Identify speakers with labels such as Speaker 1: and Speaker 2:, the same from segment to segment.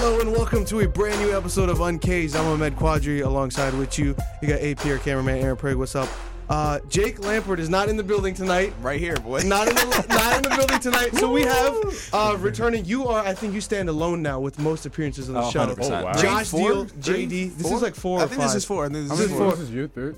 Speaker 1: welcome to a brand new episode of Uncaged. I'm Ahmed Quadri alongside with you. You got APR cameraman Aaron Prague. What's up? Uh, Jake Lampert is not in the building tonight.
Speaker 2: Right here, boy.
Speaker 1: Not in the not in the building tonight. So we have uh, returning. You are, I think, you stand alone now with most appearances on the
Speaker 2: Oh,
Speaker 1: show.
Speaker 2: 100%. Oh, wow.
Speaker 1: Josh
Speaker 2: Three,
Speaker 1: Deal,
Speaker 2: four? Three,
Speaker 1: JD. This
Speaker 2: four?
Speaker 1: is like four.
Speaker 2: I
Speaker 1: or
Speaker 2: think this
Speaker 1: five.
Speaker 2: is four. I think
Speaker 1: How
Speaker 2: this
Speaker 1: many
Speaker 2: is
Speaker 1: four.
Speaker 2: four.
Speaker 3: This is your third.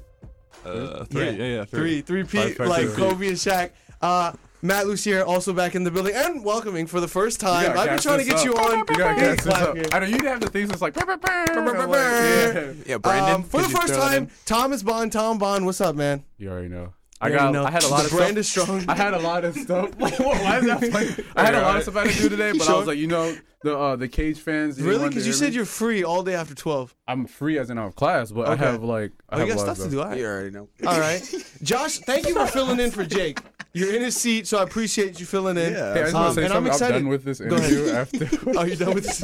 Speaker 4: Uh, three. Yeah, yeah,
Speaker 1: Three, three Pete,
Speaker 4: Five, five,
Speaker 1: like
Speaker 4: three.
Speaker 1: Kobe and Shaq. Uh, Matt Lucier also back in the building and welcoming for the first time. I've been trying to get you on.
Speaker 3: You gotta
Speaker 1: Hey,
Speaker 3: gas this
Speaker 1: clap
Speaker 3: up.
Speaker 1: here.
Speaker 3: I know you have the things that's like. "Brr, brr, brr," I'm like,
Speaker 1: brr.
Speaker 3: yeah.
Speaker 2: Yeah, Brandon.
Speaker 1: Um, for the
Speaker 2: could you
Speaker 1: first
Speaker 2: throw that
Speaker 1: time,
Speaker 2: in?
Speaker 1: Thomas Bond, Tom Bond, what's up, man?
Speaker 3: You already know. I
Speaker 1: You
Speaker 3: got.
Speaker 1: already know.
Speaker 3: I had a
Speaker 1: The
Speaker 3: lot of
Speaker 1: brand
Speaker 3: stuff.
Speaker 1: is strong.
Speaker 3: I had a lot of stuff. Why is that? funny? I had a lot of stuff I had to do today, but I
Speaker 1: Sure.
Speaker 3: was like, you know, the uh, the cage fans. they didn't
Speaker 1: Really?
Speaker 3: want to
Speaker 1: Because you
Speaker 3: hear
Speaker 1: said
Speaker 3: me.
Speaker 1: you're free all day after 12.
Speaker 3: I'm free as in out of class, but
Speaker 1: Okay.
Speaker 3: I have like. I
Speaker 1: Oh,
Speaker 3: have
Speaker 1: you
Speaker 3: a
Speaker 1: got
Speaker 3: lot of
Speaker 1: stuff to do. All right.
Speaker 2: You already know.
Speaker 1: All right. Josh, thank you for filling in for Jake. You're in his seat, so I appreciate you filling in.
Speaker 2: Yeah.
Speaker 3: Hey, I just want
Speaker 1: Um,
Speaker 3: to say
Speaker 1: and I'm
Speaker 3: something. I'm,
Speaker 1: excited.
Speaker 3: done with this
Speaker 1: ahead.
Speaker 3: interview after.
Speaker 1: Are you done with this?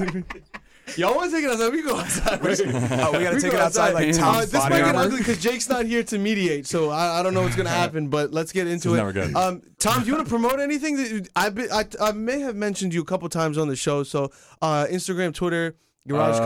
Speaker 1: Y'all want to take it outside? We can go outside. right?
Speaker 2: Oh, we gotta take it outside like
Speaker 3: outside.
Speaker 1: Uh,
Speaker 2: Tom's
Speaker 1: this might
Speaker 2: body
Speaker 1: get
Speaker 2: armor.
Speaker 1: ugly because Jake's not here to mediate, so I, I don't know what's gonna happen. But let's get into it.
Speaker 4: never good.
Speaker 1: Um, Tom, do you want to promote anything? That you, I've been, I, I may have mentioned you a couple times on the show. So uh, Instagram, Twitter, Garage
Speaker 3: Um,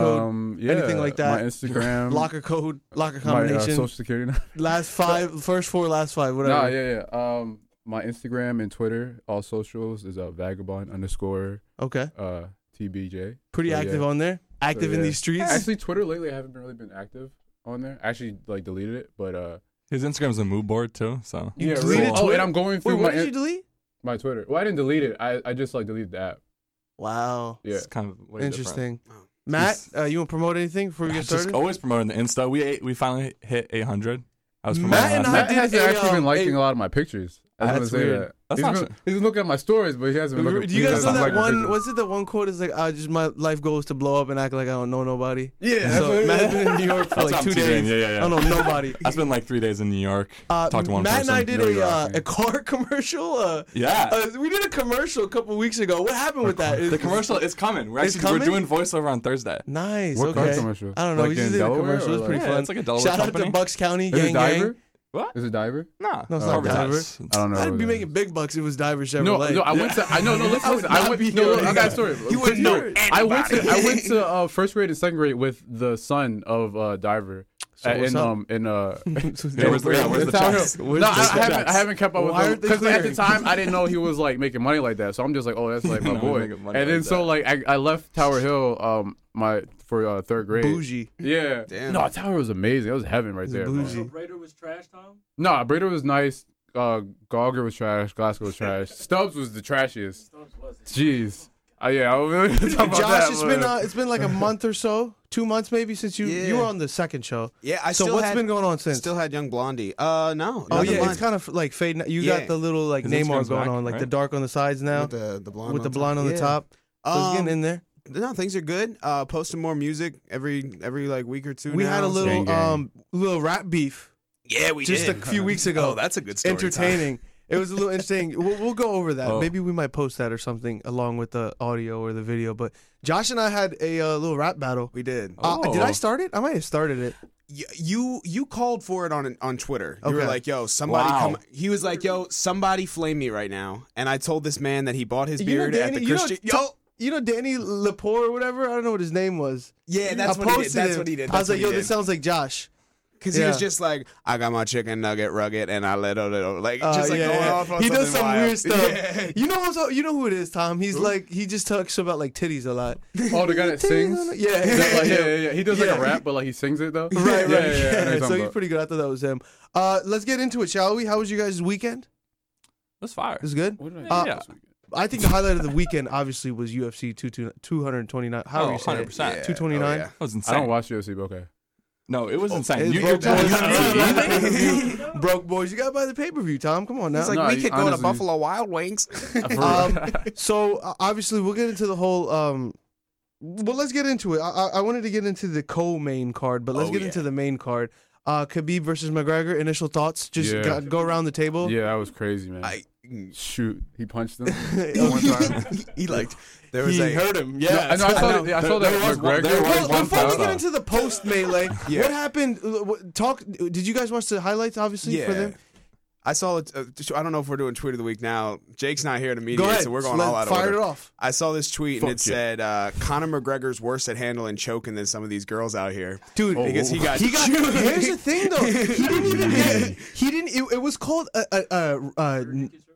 Speaker 1: Code, anything
Speaker 3: yeah,
Speaker 1: like that.
Speaker 3: My Instagram.
Speaker 1: locker code, locker
Speaker 3: My uh,
Speaker 1: combination.
Speaker 3: social security number.
Speaker 1: last five, first four, last five, whatever.
Speaker 3: Nah, yeah, yeah. Um, my Instagram and Twitter, all socials is uh, vagabond underscore
Speaker 1: Okay,
Speaker 3: uh tbj.
Speaker 1: pretty
Speaker 3: So, yeah.
Speaker 1: active on there. Active in
Speaker 3: yeah.
Speaker 1: these streets.
Speaker 3: Actually, Twitter lately I haven't been really been active on there. I actually like deleted it, but uh,
Speaker 4: His Instagram's a mood board too, so
Speaker 1: You
Speaker 3: yeah,
Speaker 1: deleted
Speaker 3: really- Oh,
Speaker 1: Twitter?
Speaker 3: and I'm going
Speaker 1: Wait,
Speaker 3: through
Speaker 1: what
Speaker 3: my
Speaker 1: did you
Speaker 3: in-
Speaker 1: delete?
Speaker 3: my Twitter. Well, I didn't delete it. I I just like deleted the app.
Speaker 1: Wow,
Speaker 3: Yeah.
Speaker 4: it's kind of way different.
Speaker 1: interesting. Matt, uh, you want to promote anything before we get
Speaker 4: Just
Speaker 1: started?
Speaker 4: always promoting the Insta. We ate, we finally hit 800. I was
Speaker 1: Matt
Speaker 4: promoting
Speaker 1: and
Speaker 4: last
Speaker 1: I
Speaker 3: Matt
Speaker 4: night.
Speaker 1: did
Speaker 3: has
Speaker 1: a,
Speaker 3: actually
Speaker 1: um,
Speaker 3: been liking
Speaker 1: a-
Speaker 3: a lot of my pictures. I just want
Speaker 4: That's
Speaker 3: to say
Speaker 4: weird.
Speaker 3: that.
Speaker 4: That's
Speaker 3: he's,
Speaker 4: not
Speaker 3: been,
Speaker 4: true.
Speaker 3: he's been looking at my stories, but he hasn't been looking.
Speaker 1: Do you guys
Speaker 3: he's
Speaker 1: know
Speaker 3: not
Speaker 1: that
Speaker 3: liking my
Speaker 1: one?
Speaker 3: pictures.
Speaker 1: Was it that one quote? Is like, I just my life goes to blow up and act like I don't know nobody.
Speaker 3: Yeah, that's what
Speaker 1: So
Speaker 3: it
Speaker 1: Matt has
Speaker 3: is.
Speaker 1: been in New York for
Speaker 4: That's
Speaker 1: like
Speaker 4: what
Speaker 1: two
Speaker 4: I'm teasing.
Speaker 1: days.
Speaker 4: Yeah, yeah, yeah.
Speaker 1: I don't know nobody.
Speaker 4: I spent like three days in New York.
Speaker 1: Uh,
Speaker 4: talked to one
Speaker 1: Matt
Speaker 4: person.
Speaker 1: and I did
Speaker 3: No,
Speaker 1: a
Speaker 3: you're
Speaker 1: uh,
Speaker 3: off,
Speaker 1: a
Speaker 3: man.
Speaker 1: car commercial. Uh,
Speaker 4: yeah.
Speaker 1: uh, we did a commercial a couple weeks ago. What happened with that?
Speaker 4: the commercial is coming. We're
Speaker 1: It's
Speaker 4: actually
Speaker 1: coming?
Speaker 4: we're doing voiceover on Thursday.
Speaker 1: Nice.
Speaker 3: What
Speaker 1: okay.
Speaker 3: car commercial?
Speaker 1: I don't know.
Speaker 3: Like
Speaker 1: we just
Speaker 3: in
Speaker 1: did
Speaker 3: Delaware
Speaker 1: a commercial. It was
Speaker 3: or
Speaker 1: pretty
Speaker 4: like-
Speaker 1: fun.
Speaker 4: Yeah, it's like a Delaware
Speaker 1: Shout out to
Speaker 4: company.
Speaker 1: Bucks County
Speaker 3: Is
Speaker 1: gang gang.
Speaker 3: it diver?
Speaker 4: What?
Speaker 3: Is it diver?
Speaker 4: No,
Speaker 1: No, it's
Speaker 3: not
Speaker 1: Diver.
Speaker 4: It's-
Speaker 3: I don't know.
Speaker 1: I'd
Speaker 3: what
Speaker 1: be
Speaker 3: it
Speaker 1: making
Speaker 3: is.
Speaker 1: big bucks if it was Diver Chevrolet.
Speaker 3: No, no, I went to. I no, no. Listen, listen. I
Speaker 1: not
Speaker 3: went.
Speaker 1: be
Speaker 3: No,
Speaker 1: here.
Speaker 3: no, I got a story. You
Speaker 1: wouldn't know
Speaker 3: I went to. I went to uh, first grade and second grade with the son of uh, Diver.
Speaker 1: So
Speaker 3: Uh,
Speaker 1: what's
Speaker 3: in
Speaker 1: up?
Speaker 3: um in uh.
Speaker 4: Yeah, where's the- yeah, where's the
Speaker 3: it's out
Speaker 4: checks?
Speaker 3: here.
Speaker 4: Where's
Speaker 3: no, I,
Speaker 4: the
Speaker 3: I haven't.
Speaker 4: checks?
Speaker 3: I haven't kept up with
Speaker 1: Why
Speaker 3: him
Speaker 1: aren't they
Speaker 3: because at the
Speaker 1: clearing?
Speaker 3: time I didn't know he was like making money like that. So I'm just like, oh, that's like my
Speaker 4: No,
Speaker 3: boy.
Speaker 4: making
Speaker 3: And
Speaker 4: money
Speaker 3: then
Speaker 4: like
Speaker 3: so
Speaker 4: that.
Speaker 3: like I, I left Tower Hill um my for uh, third grade.
Speaker 1: bougie.
Speaker 3: Yeah.
Speaker 2: Damn.
Speaker 3: No, Tower was amazing. That was heaven right there. man.
Speaker 1: bougie.
Speaker 5: Raider was trash, Tom.
Speaker 3: No, Breda was nice. Uh, Gauger was trash. Glasgow was trash. Stubbs was the trashiest. Jeez. Uh, yeah, I was really talking about
Speaker 1: Josh,
Speaker 3: that,
Speaker 1: it's
Speaker 3: but-
Speaker 1: been uh, it's been like a month or so, two months maybe since you
Speaker 2: Yeah.
Speaker 1: you were on the second show.
Speaker 2: Yeah, I
Speaker 1: so
Speaker 2: still
Speaker 1: what's
Speaker 2: had-
Speaker 1: been going on since?
Speaker 2: Still had young Blondie. Uh, no.
Speaker 1: oh
Speaker 2: nothing
Speaker 1: yeah, it's
Speaker 2: blonde.
Speaker 1: kind of like fading. You
Speaker 2: Yeah.
Speaker 1: got the little like
Speaker 4: His
Speaker 1: Neymar
Speaker 4: Instagram's
Speaker 1: going
Speaker 4: whack,
Speaker 1: on, like the
Speaker 4: right?
Speaker 1: dark on the sides now
Speaker 2: with
Speaker 1: with the,
Speaker 2: the the blonde on
Speaker 1: blonde on the
Speaker 2: Yeah.
Speaker 1: top. So it's
Speaker 2: Um,
Speaker 1: getting in there.
Speaker 2: No, things are good. Uh, posting more music every every like week or two.
Speaker 1: We had a
Speaker 2: now, so-
Speaker 1: little
Speaker 3: gang, gang.
Speaker 1: um little rap beef
Speaker 2: Yeah, we
Speaker 1: just
Speaker 2: did.
Speaker 1: a few weeks ago.
Speaker 2: Oh, that's a good story.
Speaker 1: entertaining. It was a little interesting. We'll, we'll go over that.
Speaker 4: Oh.
Speaker 1: Maybe we might post that or something along with the audio or the video. But Josh and I had a uh, little rap battle.
Speaker 2: Time. We did.
Speaker 1: Uh, did I
Speaker 4: Oh.
Speaker 1: start it? I might have started it.
Speaker 2: Y- you you called for it on on Twitter. You were
Speaker 1: Okay.
Speaker 2: like, "Yo, somebody
Speaker 4: Wow.
Speaker 2: come." He was like, "Yo, somebody flame me right now." And I told this man that he bought his
Speaker 1: You know,
Speaker 2: beard at
Speaker 1: Danny,
Speaker 2: the
Speaker 1: you know,
Speaker 2: Christian.
Speaker 1: t- you know Danny Lepore or whatever. I don't know what his name was.
Speaker 2: yeah, that's
Speaker 1: I
Speaker 2: what he did.
Speaker 1: posted
Speaker 2: That's
Speaker 1: him.
Speaker 2: what he did.
Speaker 1: I was
Speaker 2: That's
Speaker 1: like, yo,
Speaker 2: what he
Speaker 1: this sounds like Josh.
Speaker 2: because he was
Speaker 1: yeah.
Speaker 2: just like, "I got my chicken nugget rugged, and I let it out." like
Speaker 1: Uh,
Speaker 2: just like
Speaker 1: yeah,
Speaker 2: going
Speaker 1: yeah.
Speaker 2: off on
Speaker 1: he does
Speaker 2: something
Speaker 1: some
Speaker 2: wild.
Speaker 1: weird stuff.
Speaker 2: Yeah.
Speaker 1: You know what's, you know who it is, Tom. He's like he just talks about like titties a lot.
Speaker 3: Oh, the guy that sings.
Speaker 1: Yeah,
Speaker 3: Is that like- yeah, yeah,
Speaker 1: yeah.
Speaker 3: yeah. He does
Speaker 1: Yeah.
Speaker 3: like a rap, but like he sings it though.
Speaker 1: Right, right.
Speaker 3: Yeah, yeah, yeah. I know
Speaker 1: yeah.
Speaker 3: you're
Speaker 1: So
Speaker 3: talking
Speaker 1: he's
Speaker 3: about.
Speaker 1: pretty good. I thought that was him. Uh, let's get into it, shall we? How was you guys' weekend?
Speaker 4: That's fire.
Speaker 1: It was good.
Speaker 3: What did I do
Speaker 1: Uh,
Speaker 3: this weekend?
Speaker 1: I think the highlight of the weekend obviously was UFC 22 229. How do
Speaker 4: Oh,
Speaker 1: you say it?
Speaker 4: 100%. Yeah.
Speaker 1: 229.
Speaker 2: Oh, yeah.
Speaker 4: That was
Speaker 3: I
Speaker 4: insane.
Speaker 3: don't watch UFC, but okay.
Speaker 4: No, it was
Speaker 1: Hey,
Speaker 4: insane. You,
Speaker 1: broke,
Speaker 4: you're
Speaker 1: boys.
Speaker 4: just-
Speaker 1: broke boys, you gotta buy the pay per view, Tom. Come on now.
Speaker 2: He's like,
Speaker 3: No,
Speaker 2: we
Speaker 3: you-
Speaker 2: could go to
Speaker 3: honestly-
Speaker 2: Buffalo Wild Wings.
Speaker 1: um, so uh, obviously we'll get into the whole. Um, well, let's get into it. I, I, I wanted to get into the co-main card, but let's
Speaker 2: Oh,
Speaker 1: get
Speaker 2: yeah.
Speaker 1: into the main card. Uh, Khabib versus McGregor. Initial thoughts. Just
Speaker 3: Yeah.
Speaker 1: go, go around the table.
Speaker 3: Yeah, that was crazy, man.
Speaker 2: I,
Speaker 3: Shoot, he punched him.
Speaker 1: One time.
Speaker 2: he liked. There was
Speaker 1: he
Speaker 2: a
Speaker 1: heard him.
Speaker 3: No,
Speaker 1: Yeah.
Speaker 3: I know. I saw
Speaker 4: know.
Speaker 3: that. I saw
Speaker 4: There-
Speaker 3: that.
Speaker 4: there was one-
Speaker 3: McGregor
Speaker 4: there was
Speaker 3: was
Speaker 1: Well,
Speaker 4: one
Speaker 1: before we
Speaker 4: foul.
Speaker 1: get into the post melee,
Speaker 2: Yeah.
Speaker 1: what happened? uh, what- Talk. Did you guys watch the highlights? Obviously, for
Speaker 2: Yeah.
Speaker 1: them.
Speaker 2: I saw it. Uh, I don't know if we're doing tweet of the week now. Jake's not here to mediate,
Speaker 1: Go ahead.
Speaker 2: so we're going
Speaker 1: Let-
Speaker 2: all out of
Speaker 1: Fire
Speaker 2: order.
Speaker 1: it off.
Speaker 2: I saw this tweet and it
Speaker 4: Fuck yeah.
Speaker 2: said uh, Conor McGregor's worse at handling choking than some of these girls out here.
Speaker 1: Dude,
Speaker 2: Because he got
Speaker 1: Oh, He got.
Speaker 2: chewed.
Speaker 1: Here's the thing, though. He didn't even. Get, he didn't. It, it was called a, a, a, a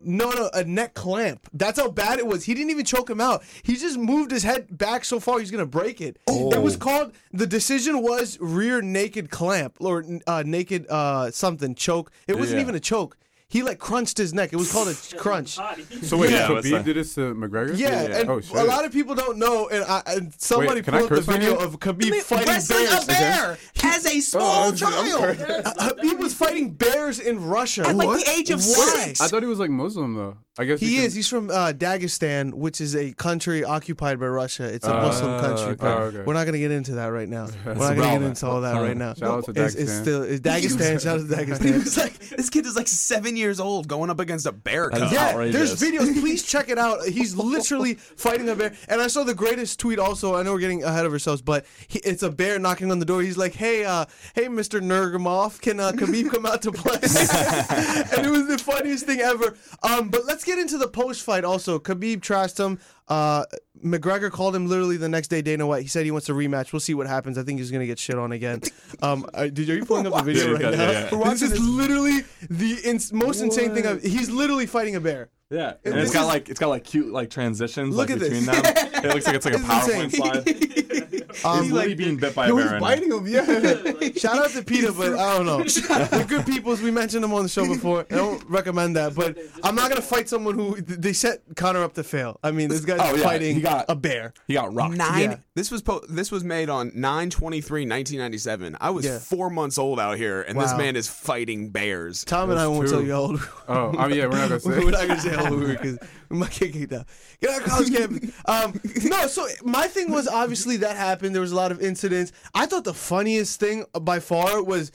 Speaker 1: no, no, a neck clamp. That's how bad it was. He didn't even choke him out. He just moved his head back so far he's gonna break it. It was called. The decision was rear naked clamp or uh, naked uh, something choke. It wasn't
Speaker 4: Yeah.
Speaker 1: even a choke. He like crunched his neck. It was called a crunch.
Speaker 3: So wait,
Speaker 4: Yeah,
Speaker 3: Khabib
Speaker 4: that's like-
Speaker 3: did this to McGregor?
Speaker 1: Yeah, and
Speaker 3: oh shit.
Speaker 1: a lot of people don't know, and, I, and somebody
Speaker 3: Wait, can I
Speaker 1: pulled up the
Speaker 3: curse on
Speaker 1: video
Speaker 3: here?
Speaker 1: of Khabib fighting bears. Oh,
Speaker 2: as a
Speaker 3: small I'm- I'm child. cur-
Speaker 1: Uh, Khabib was fighting bears in Russia.
Speaker 5: At, like, the What? age of
Speaker 1: Why?
Speaker 5: six.
Speaker 3: I thought he was like Muslim though. I guess
Speaker 1: He
Speaker 3: can-
Speaker 1: is. He's from uh, Dagestan, which is a country occupied by Russia. It's a
Speaker 3: Oh,
Speaker 1: Muslim country.
Speaker 4: okay.
Speaker 1: but
Speaker 3: Oh, okay.
Speaker 1: We're not going to get into that right now. We're not going to
Speaker 4: a
Speaker 1: get
Speaker 4: problem.
Speaker 1: into all that right now.
Speaker 3: Shout out to
Speaker 1: It's- It's
Speaker 3: Dagestan.
Speaker 1: still it's Dagestan. Shout out to
Speaker 2: He
Speaker 1: Dagestan.
Speaker 2: was like, this kid is like seven years old going up against a bear.
Speaker 4: That is
Speaker 2: cub.
Speaker 1: Yeah,
Speaker 4: outrageous.
Speaker 1: there's videos. Please check it out. He's literally fighting a bear. And I saw the greatest tweet also. I know we're getting ahead of ourselves, but he, it's a bear knocking on the door. He's like, "Hey, uh, hey, Mr. Nergamov, can uh, Khabib come out to play?" and it was the funniest thing ever. Um, but let's get into the post fight also. Khabib trashed him. Uh, McGregor called him literally the next day. Dana White. He said he wants a rematch. We'll see what happens. I think he's gonna get shit on again. Um, I, did are you pulling up the video
Speaker 4: Yeah,
Speaker 1: right
Speaker 4: yeah,
Speaker 1: now?
Speaker 4: yeah.
Speaker 1: We're watching this is literally the ins- most insane thing. I've, he's literally fighting a bear.
Speaker 4: Yeah, and
Speaker 1: this
Speaker 4: it's got
Speaker 1: is-
Speaker 4: like it's got like cute like transitions
Speaker 1: Look
Speaker 4: like,
Speaker 1: at this.
Speaker 4: between them. it looks like it's like a
Speaker 1: This is insane.
Speaker 4: PowerPoint slide. He's literally being bit by a bear. right now.
Speaker 1: him, yeah. Um, Shout out to Peter, but I don't know. They're good peoples. We mentioned them on the show before. I don't recommend that, but I'm not gonna fight someone who they set Connor up to fail. I mean, this guy's
Speaker 4: Oh, yeah,
Speaker 1: fighting
Speaker 4: he got-
Speaker 1: a bear.
Speaker 4: He got rocked.
Speaker 2: Nine.
Speaker 1: Yeah.
Speaker 2: This was po- this was made on 9-23-1997. I was
Speaker 1: Yeah.
Speaker 2: four months old out here, and this
Speaker 1: Wow.
Speaker 2: man is fighting bears.
Speaker 1: Tom and I won't
Speaker 3: true.
Speaker 1: tell you how old.
Speaker 3: Oh, I mean, yeah, we're not gonna say.
Speaker 1: we're not gonna say how old we were because we might get kicked out. Get out of college campus. Um, no, so my thing was obviously that happened. There was a lot of incidents. I thought the funniest thing by far was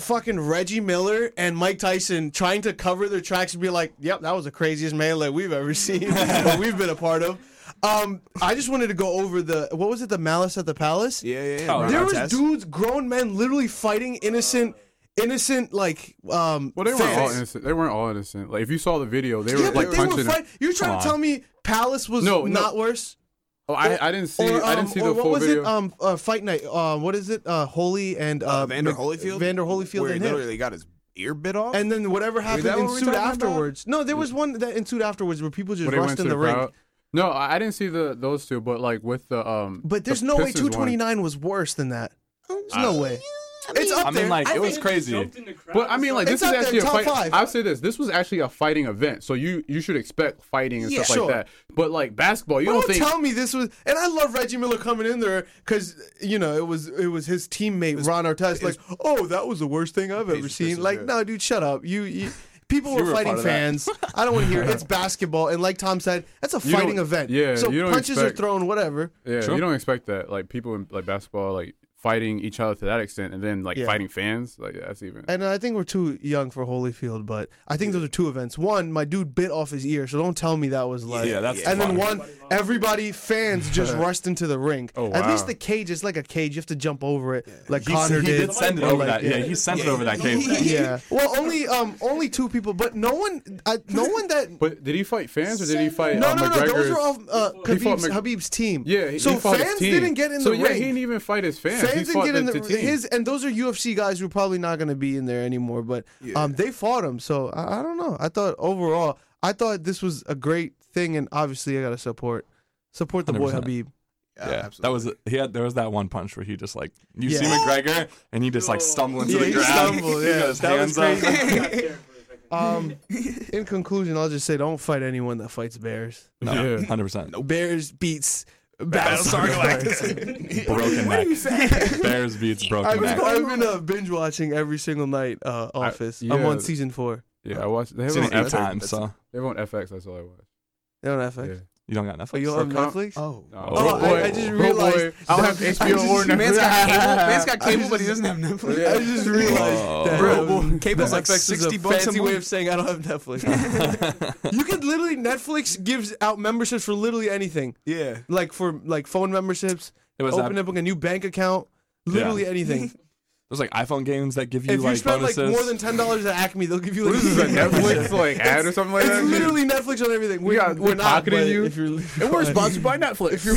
Speaker 1: fucking Reggie Miller and Mike Tyson trying to cover their tracks and be like, "Yep, that was the craziest melee we've ever seen or we've been a part of." Um, I just wanted to go over the what was it, the Malice at the Palace?
Speaker 2: Yeah, yeah, yeah.
Speaker 4: Oh,
Speaker 2: Ron
Speaker 4: there
Speaker 1: There was
Speaker 2: Artest.
Speaker 1: dudes, grown men, literally fighting innocent, innocent like um.
Speaker 3: Well, they weren't all
Speaker 1: fans.
Speaker 3: innocent. They weren't all innocent. Like if you saw the video, they
Speaker 1: Yeah,
Speaker 3: were like
Speaker 1: but they were
Speaker 3: punching.
Speaker 1: fighting. You're trying
Speaker 4: Come
Speaker 1: to
Speaker 4: on.
Speaker 1: tell me Palace was
Speaker 3: No, no.
Speaker 1: not worse?
Speaker 3: oh, I, I didn't see.
Speaker 1: Or, um,
Speaker 3: I didn't see
Speaker 1: or
Speaker 3: the
Speaker 1: what
Speaker 3: full
Speaker 1: was
Speaker 3: video.
Speaker 1: it? Um, uh, Fight Night. Uh, what is it? Uh, Holy and uh,
Speaker 2: uh, Vander
Speaker 1: Mc-
Speaker 2: Holyfield.
Speaker 1: Vander Holyfield
Speaker 2: where
Speaker 1: and
Speaker 2: he
Speaker 1: him.
Speaker 2: literally got his ear bit off.
Speaker 1: And then whatever happened
Speaker 2: that what we're
Speaker 1: ensued
Speaker 2: talking about?
Speaker 1: afterwards. No, there was one that ensued afterwards where people just
Speaker 3: when they
Speaker 1: rushed
Speaker 3: went
Speaker 1: in
Speaker 3: to
Speaker 1: the, ring.
Speaker 3: crowd. No, I I didn't see the those two, but like with the um.
Speaker 1: But
Speaker 3: the
Speaker 1: there's no way
Speaker 3: Pistons Uh, one.
Speaker 1: 229 was worse than that. There's no way. it's up
Speaker 4: I mean,
Speaker 1: there.
Speaker 4: like it was crazy.
Speaker 3: But I mean, like
Speaker 1: It's
Speaker 3: this is
Speaker 1: up there,
Speaker 3: actually a
Speaker 1: top
Speaker 3: fight.
Speaker 1: five.
Speaker 3: I'll say this: this was actually a fighting event, so you you should expect fighting and
Speaker 1: Yeah,
Speaker 3: stuff
Speaker 1: sure.
Speaker 3: like that. But like basketball, you
Speaker 1: Don't,
Speaker 3: don't think
Speaker 1: tell me this was, and I love Reggie Miller coming in there because you know it was it was his teammate Ron Artest. Like, oh, that was the worst thing I've ever
Speaker 2: Pacers
Speaker 1: seen.
Speaker 2: versus
Speaker 1: Like,
Speaker 2: Jazz.
Speaker 1: no, dude, shut up. You, you people
Speaker 4: You
Speaker 1: were,
Speaker 4: were a
Speaker 1: fighting
Speaker 4: part of that.
Speaker 1: fans. I don't want to hear it. It's basketball, and like Tom said, that's a
Speaker 3: don't-
Speaker 1: fighting event.
Speaker 3: yeah,
Speaker 1: so
Speaker 3: you don't
Speaker 1: punches
Speaker 3: expect-
Speaker 1: are thrown, whatever.
Speaker 3: Yeah,
Speaker 4: Sure.
Speaker 3: you don't expect that. Like people in like basketball, like fighting each other to that extent, and then like
Speaker 1: Yeah.
Speaker 3: fighting fans. Like that's even.
Speaker 1: And I think we're too young for Holyfield, but I think those are two events. One, my dude bit off his ear, so don't tell me that was like.
Speaker 4: Yeah, that's
Speaker 1: and then
Speaker 4: funny.
Speaker 1: one, everybody fans just rushed into the ring.
Speaker 3: Oh,
Speaker 1: At least
Speaker 3: wow.
Speaker 1: the cage is like a cage; you have to jump over it, like
Speaker 4: He,
Speaker 1: Connor
Speaker 4: he
Speaker 1: did.
Speaker 4: did, send it
Speaker 1: Or
Speaker 4: over
Speaker 1: like,
Speaker 4: that. Yeah, he sent it over that game.
Speaker 1: yeah. Well, only um only two people, but no one, I, no one that.
Speaker 3: But did he fight fans or did he fight?
Speaker 1: No,
Speaker 3: uh,
Speaker 1: no, no. Those
Speaker 3: McGregor's-
Speaker 1: were all uh,
Speaker 3: He fought
Speaker 1: Khabib's,
Speaker 3: Mc-
Speaker 1: Habib's team.
Speaker 3: Yeah, he,
Speaker 1: so
Speaker 3: he fought his
Speaker 1: fans
Speaker 3: team.
Speaker 1: didn't get in
Speaker 3: so,
Speaker 1: the
Speaker 3: yeah,
Speaker 1: ring.
Speaker 3: he didn't even fight his fans. He
Speaker 1: Fans didn't
Speaker 3: fought
Speaker 1: get in the,
Speaker 3: the team.
Speaker 1: his, and those are UFC guys who are probably not going to be in there anymore. But um, they fought him, so I, I don't know. I thought overall, I thought this was a great thing, and obviously, I got to support support the boy
Speaker 4: 100%.
Speaker 1: Habib.
Speaker 2: yeah,
Speaker 4: that was he had. There was that one punch where he just like you
Speaker 1: Yeah.
Speaker 4: see McGregor and he just like stumbled into
Speaker 1: Yeah,
Speaker 4: the
Speaker 1: he
Speaker 4: ground.
Speaker 1: stumbled,
Speaker 4: He
Speaker 1: yeah.
Speaker 4: got his
Speaker 1: That was
Speaker 4: hands up.
Speaker 1: crazy. Um, in conclusion, I'll just say, don't fight anyone that fights bears.
Speaker 4: No,
Speaker 3: Yeah.
Speaker 4: hundred percent.
Speaker 1: Bears beats Battlestar Galactica.
Speaker 4: Broken neck. Bears beats
Speaker 1: I've
Speaker 4: broken
Speaker 1: been,
Speaker 4: neck.
Speaker 1: I've been uh, binge watching every single night. Uh, Office. I'm
Speaker 3: yeah.
Speaker 1: on season four.
Speaker 3: Yeah, I watched. They have
Speaker 4: Seen
Speaker 3: it
Speaker 4: it
Speaker 3: on
Speaker 4: eight
Speaker 3: FX.
Speaker 4: times, so
Speaker 3: They have it on FX. That's all I watched.
Speaker 1: They don't have FX.
Speaker 3: Yeah.
Speaker 4: you don't got
Speaker 1: Are
Speaker 4: Netflix.
Speaker 1: you on
Speaker 3: com-
Speaker 1: Netflix?
Speaker 2: Oh.
Speaker 1: Oh, I- I just realized
Speaker 3: boy. I don't have
Speaker 1: that-
Speaker 3: HBO
Speaker 1: I
Speaker 3: or
Speaker 1: just-
Speaker 3: Netflix.
Speaker 2: Man's got cable. Man's got
Speaker 1: I
Speaker 2: cable, but
Speaker 1: just-
Speaker 2: he doesn't have Netflix.
Speaker 1: I just realized
Speaker 2: Uh,
Speaker 4: Whoa.
Speaker 1: that
Speaker 2: Bro,
Speaker 1: um,
Speaker 2: well, cable's
Speaker 1: that
Speaker 2: like
Speaker 1: FX is
Speaker 2: 60
Speaker 1: a
Speaker 2: bucks a
Speaker 1: Fancy
Speaker 2: month.
Speaker 1: way of saying I don't have Netflix. you can literally Netflix gives out memberships for literally anything,
Speaker 2: Yeah.
Speaker 1: like for like phone memberships,
Speaker 4: It was
Speaker 1: opening
Speaker 4: ab-
Speaker 1: up a new bank account, literally anything.
Speaker 4: There's like iPhone games that give you
Speaker 1: If you
Speaker 4: like
Speaker 1: spend
Speaker 4: bonuses.
Speaker 1: like more than ten dollars at Acme, they'll give you like.
Speaker 3: What is this, a Netflix like ad or
Speaker 1: It's-
Speaker 3: something like that?
Speaker 1: It's literally Netflix on everything. We,
Speaker 3: got-
Speaker 1: we're
Speaker 3: we're
Speaker 1: not
Speaker 3: pocketing
Speaker 1: but
Speaker 3: you?
Speaker 1: If you're,
Speaker 5: And we're sponsored by Netflix.
Speaker 1: if you're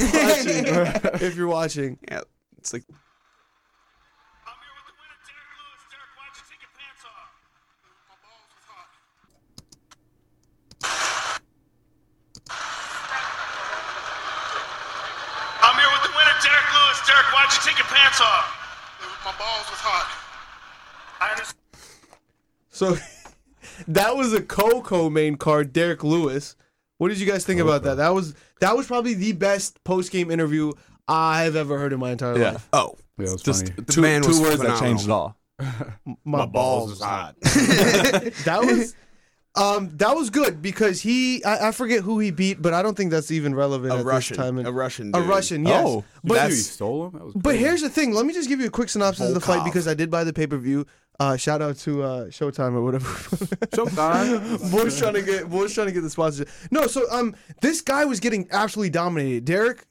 Speaker 1: watching, if you're watching,
Speaker 2: Yeah, it's like
Speaker 6: I'm here with the winner, Derek Lewis. Derek, why'd you take your pants off? My balls was hot. I'm here with the winner, Derek Lewis. Derek, why'd you take your pants off? My balls was hot. I understand.
Speaker 1: so that was a Coco main card, Derek Lewis. What did you guys think about that? That was that was probably the best post game interview I've ever heard in my entire
Speaker 4: yeah,
Speaker 1: life.
Speaker 2: oh,
Speaker 3: Yeah, it was
Speaker 4: just
Speaker 3: funny.
Speaker 4: two,
Speaker 2: man was
Speaker 4: two words that
Speaker 2: phenomenal.
Speaker 4: changed it all.
Speaker 1: My,
Speaker 2: balls hot.
Speaker 1: That was um that was good because he I, I forget who he beat, but I don't think that's even relevant
Speaker 2: a
Speaker 1: at
Speaker 2: Russian,
Speaker 1: this time.
Speaker 2: a Russian,
Speaker 1: A
Speaker 2: dude.
Speaker 1: Russian, yes.
Speaker 4: Oh,
Speaker 1: but
Speaker 3: Dude, he stole him. That was
Speaker 1: But
Speaker 3: crazy.
Speaker 1: here's the thing. Let me just give you a quick synopsis of the fight
Speaker 2: Volkov.
Speaker 1: because I did buy the pay per view. Uh, shout out to uh, Showtime or whatever.
Speaker 3: Showtime.
Speaker 1: boys trying to get boys trying to get the sponsorship. No, so um, this guy was getting absolutely dominated. Derek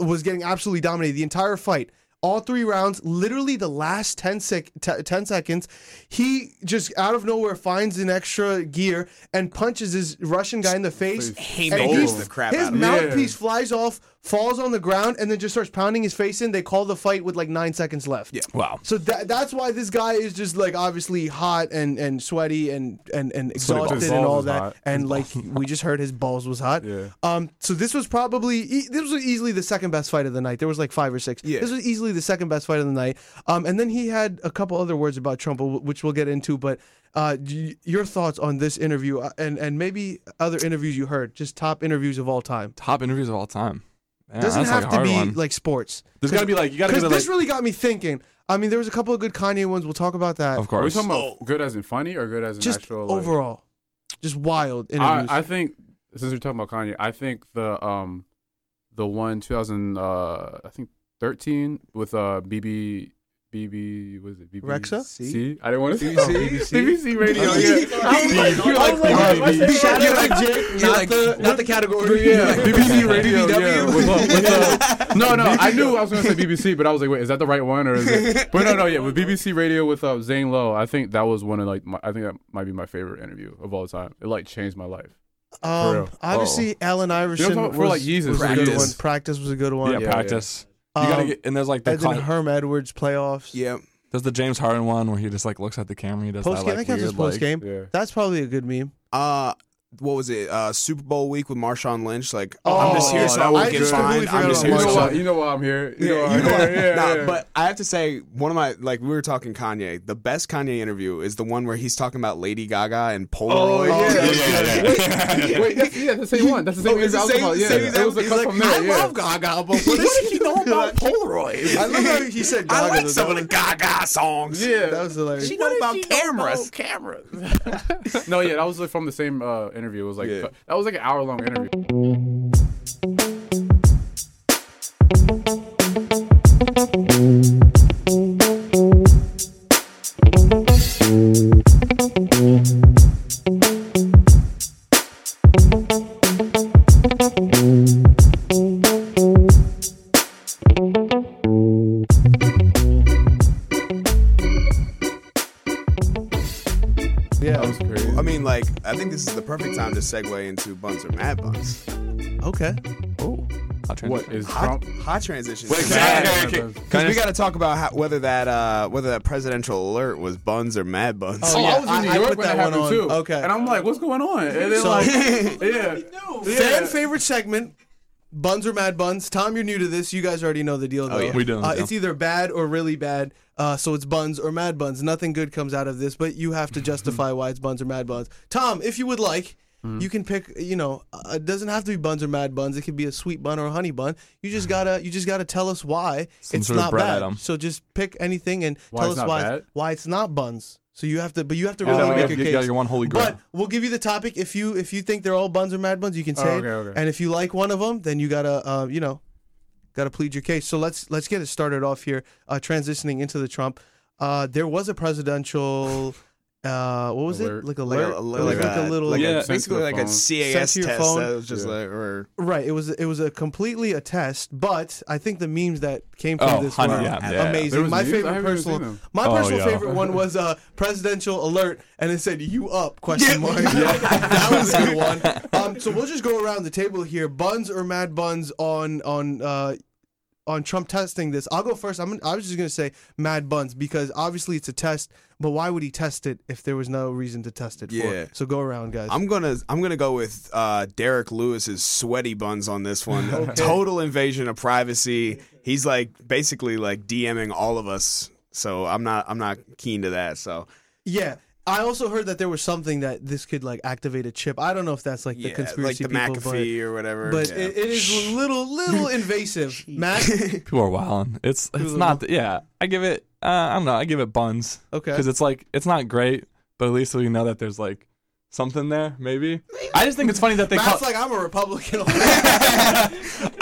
Speaker 1: was getting absolutely dominated the entire fight. All three rounds, literally the last 10, sec- t- 10 seconds, he just out of nowhere finds an extra gear and punches his Russian guy in the face. And
Speaker 2: haymakers
Speaker 1: he-
Speaker 2: the crap
Speaker 1: his
Speaker 2: out of him.
Speaker 1: mouthpiece flies off, falls on the ground, and then just starts pounding his face in. They call the fight with like nine seconds left. Yeah.
Speaker 4: Wow.
Speaker 1: So that, that's why this guy is just like obviously hot and, and sweaty and, and, and exhausted
Speaker 3: His
Speaker 1: and
Speaker 3: balls
Speaker 1: all
Speaker 3: was
Speaker 1: that.
Speaker 3: hot.
Speaker 1: And like we just heard his balls was hot.
Speaker 3: Yeah.
Speaker 1: Um. So this was probably e- this was easily the second best fight of the night. There was like five or six.
Speaker 2: Yeah.
Speaker 1: This was easily the second best fight of the night. Um. And then he had a couple other words about Trump, w- which we'll get into. But uh, y- your thoughts on this interview uh, and and maybe other interviews you heard, just top interviews of all time.
Speaker 4: Top interviews of all time. Man,
Speaker 1: Doesn't
Speaker 4: that's
Speaker 1: have
Speaker 4: like a
Speaker 1: to
Speaker 4: hard
Speaker 1: be
Speaker 4: one.
Speaker 1: like sports.
Speaker 4: There's gotta be like you gotta
Speaker 1: Because
Speaker 4: go to like.
Speaker 1: this really got me thinking. I mean, there was a couple of good Kanye ones. We'll talk about that.
Speaker 4: of
Speaker 3: Are we
Speaker 4: course.
Speaker 3: talking about good as in funny or good as in
Speaker 1: Just
Speaker 3: actual? like-
Speaker 1: overall, just wild interviews.
Speaker 3: I, I think since we're talking about Kanye, I think the um the one 2000 uh I think 13 with uh BB BB was it BBC?
Speaker 1: Rexa?
Speaker 3: See? I didn't want to see
Speaker 2: BBC?
Speaker 3: BBC radio. yeah. Oh,
Speaker 2: You're like,
Speaker 1: Shout
Speaker 2: you're
Speaker 1: out
Speaker 2: like,
Speaker 1: to Jake,
Speaker 2: you're
Speaker 1: not
Speaker 2: like-
Speaker 1: the not the category.
Speaker 3: Yeah, BBC radio.
Speaker 2: BBW?
Speaker 3: Yeah, with, uh, with, uh, no, no, I knew I was gonna say BBC, but I was like, wait, is that the right one or is it? But no, no, yeah, with BBC radio with uh, Zane Lowe, I think that was one of like, my, I think that might be my favorite interview of all time. It like changed my life. For
Speaker 1: Um,
Speaker 3: real.
Speaker 1: obviously, Allen Iverson
Speaker 3: You know what I'm talking-
Speaker 1: was,
Speaker 3: for, like, Yeezus.
Speaker 1: was a good
Speaker 2: Practice.
Speaker 1: one. Practice was a good one.
Speaker 4: yeah,
Speaker 3: yeah.
Speaker 4: practice.
Speaker 1: Um,
Speaker 4: You gotta get and there's like the
Speaker 1: and then
Speaker 4: con-
Speaker 1: Herm Edwards playoffs.
Speaker 2: yeah.
Speaker 4: there's the James Harden one where he just like looks at the camera. and He does
Speaker 1: Post game.
Speaker 4: that
Speaker 1: I
Speaker 4: like
Speaker 1: think that's
Speaker 4: weird
Speaker 1: his post
Speaker 4: like.
Speaker 1: game.
Speaker 3: Yeah.
Speaker 1: That's probably a good meme.
Speaker 2: Uh, what was it? Uh, Super Bowl week with Marshawn Lynch. Like, I'm just here so I
Speaker 1: that
Speaker 2: won't
Speaker 1: was
Speaker 2: get
Speaker 1: good.
Speaker 2: fined.
Speaker 1: I
Speaker 2: I'm just
Speaker 1: completely
Speaker 2: here
Speaker 1: forgot about
Speaker 2: so.
Speaker 3: Oh, you, know why, you know why I'm here. You know
Speaker 2: Yeah,
Speaker 3: why
Speaker 2: you
Speaker 3: I'm
Speaker 2: know
Speaker 3: here.
Speaker 2: what?
Speaker 3: Yeah,
Speaker 2: Nah,
Speaker 3: yeah.
Speaker 2: But I have to say, one of my like we were talking Kanye. The best Kanye interview is the one where he's talking about Lady Gaga and
Speaker 3: Oh,
Speaker 2: Polaroid.
Speaker 3: yeah.
Speaker 4: yeah, yeah.
Speaker 3: Wait, that's, yeah, that's the same one. That's the same
Speaker 2: Oh, it's the
Speaker 3: exact
Speaker 2: same-
Speaker 3: one. Yeah,
Speaker 2: same exact-
Speaker 3: it was a
Speaker 2: he's
Speaker 3: cut
Speaker 2: like,
Speaker 3: from there.
Speaker 2: I
Speaker 3: yeah.
Speaker 2: love Gaga, but what does she know about Polaroid?
Speaker 1: I love how he said
Speaker 2: I
Speaker 1: Gaga,
Speaker 2: like
Speaker 1: though.
Speaker 2: some of
Speaker 1: That
Speaker 2: the Gaga songs.
Speaker 3: Yeah.
Speaker 1: That was hilarious.
Speaker 2: She know about cameras. cameras.
Speaker 3: no, yeah, that was like, from the same uh, interview. It was like
Speaker 2: Yeah.
Speaker 3: cut- that was like an hour long interview. That
Speaker 1: Yeah.
Speaker 3: was crazy.
Speaker 2: I mean, like, I think this is the perfect time to segue into buns or mad buns.
Speaker 1: Okay.
Speaker 4: Oh, I'll transition.
Speaker 3: what is
Speaker 2: Hot,
Speaker 3: Trump?
Speaker 2: hot transitions.
Speaker 4: Wait, can
Speaker 3: Mad
Speaker 4: I-
Speaker 3: buns.
Speaker 2: Because we got to talk about how, whether that uh, whether that presidential alert was buns or mad buns.
Speaker 1: Oh,
Speaker 3: Oh,
Speaker 1: yeah,
Speaker 3: I was
Speaker 1: I-
Speaker 3: in New
Speaker 1: I
Speaker 3: York
Speaker 1: put
Speaker 3: when
Speaker 1: that
Speaker 3: that,
Speaker 1: one
Speaker 3: happened
Speaker 1: on.
Speaker 3: too.
Speaker 1: Okay.
Speaker 3: and I'm like, what's going on? And then
Speaker 1: So-
Speaker 3: like, yeah, yeah.
Speaker 1: Fan favorite segment. Buns or mad buns? Tom, you're new to this. You guys already know the deal, though.
Speaker 2: yeah.
Speaker 4: We don't,
Speaker 1: Uh,
Speaker 4: Oh, yeah.
Speaker 1: It's either bad or really bad. Uh, so it's buns or mad buns. Nothing good comes out of this, but you have to justify why it's buns or mad buns. Tom, if you would like,
Speaker 4: Mm-hmm.
Speaker 1: you can pick. You know, uh, it doesn't have to be buns or mad buns. It could be a sweet bun or a honey bun. You just gotta, you just gotta tell us why it's
Speaker 4: sort of
Speaker 1: not
Speaker 4: bread
Speaker 1: bad.
Speaker 4: item.
Speaker 1: So just pick anything and
Speaker 3: Why
Speaker 1: tell
Speaker 3: it's
Speaker 1: us
Speaker 3: not
Speaker 1: why
Speaker 3: bad?
Speaker 1: why it's not buns. So you have to, but you have to
Speaker 4: Oh,
Speaker 1: really
Speaker 4: you
Speaker 1: make
Speaker 4: got-
Speaker 1: a
Speaker 4: you
Speaker 1: case.
Speaker 4: got your one holy grail.
Speaker 1: But we'll give you the topic. If you if you think they're all buns or mad buns, you can say
Speaker 3: okay,
Speaker 1: it.
Speaker 3: okay.
Speaker 1: And if you like one of them, then you gotta uh, you know gotta plead your case. So let's let's get it started off here. Uh, transitioning into the Trump, uh, there was a presidential uh, what was
Speaker 3: Alert.
Speaker 1: it? Like
Speaker 2: Like
Speaker 1: alert,
Speaker 2: a,
Speaker 1: It was
Speaker 2: like,
Speaker 1: like a little
Speaker 2: like
Speaker 4: Yeah.
Speaker 2: a, basically like a
Speaker 3: Sent
Speaker 2: CAS
Speaker 1: to your
Speaker 2: test
Speaker 1: phone.
Speaker 2: that was just
Speaker 3: Yeah.
Speaker 2: like or
Speaker 1: Right. It was it was a completely a test, but I think the memes that came from
Speaker 4: Oh,
Speaker 1: this
Speaker 4: honey,
Speaker 1: were
Speaker 4: yeah, yeah.
Speaker 3: There
Speaker 1: amazing.
Speaker 3: was
Speaker 1: My
Speaker 3: memes? I
Speaker 1: favorite
Speaker 3: haven't even seen
Speaker 1: personal
Speaker 3: them.
Speaker 1: my
Speaker 4: Oh,
Speaker 1: personal
Speaker 4: yeah.
Speaker 1: favorite one was uh, presidential alert and it said you up question mark. that was a good one. Um, so we'll just go around the table here. Buns or mad buns on on uh, on Trump testing this. I'll go first. I'm I was just gonna say mad buns because obviously it's a test, but why would he test it if there was no reason to test it
Speaker 2: Yeah.
Speaker 1: for? So go around guys.
Speaker 2: I'm gonna I'm gonna go with uh, Derek Lewis's sweaty buns on this one. Total invasion of privacy. He's like basically like DMing all of us. So I'm not I'm not keen to that. So
Speaker 1: Yeah. I also heard that there was something that this could like activate a chip. I don't know if that's like the
Speaker 2: yeah,
Speaker 1: conspiracy
Speaker 2: like the
Speaker 1: people,
Speaker 2: McAfee or whatever.
Speaker 1: but, but
Speaker 2: yeah.
Speaker 1: it, it is a little little invasive. Matt,
Speaker 4: People are wilding. It's it's not. th- yeah, I give it. Uh, I don't know. I give it buns.
Speaker 1: Okay.
Speaker 4: Because it's like it's not great, but at least we know that there's like something there. Maybe. I just think it's funny that they call.
Speaker 1: Matt's like I'm a Republican.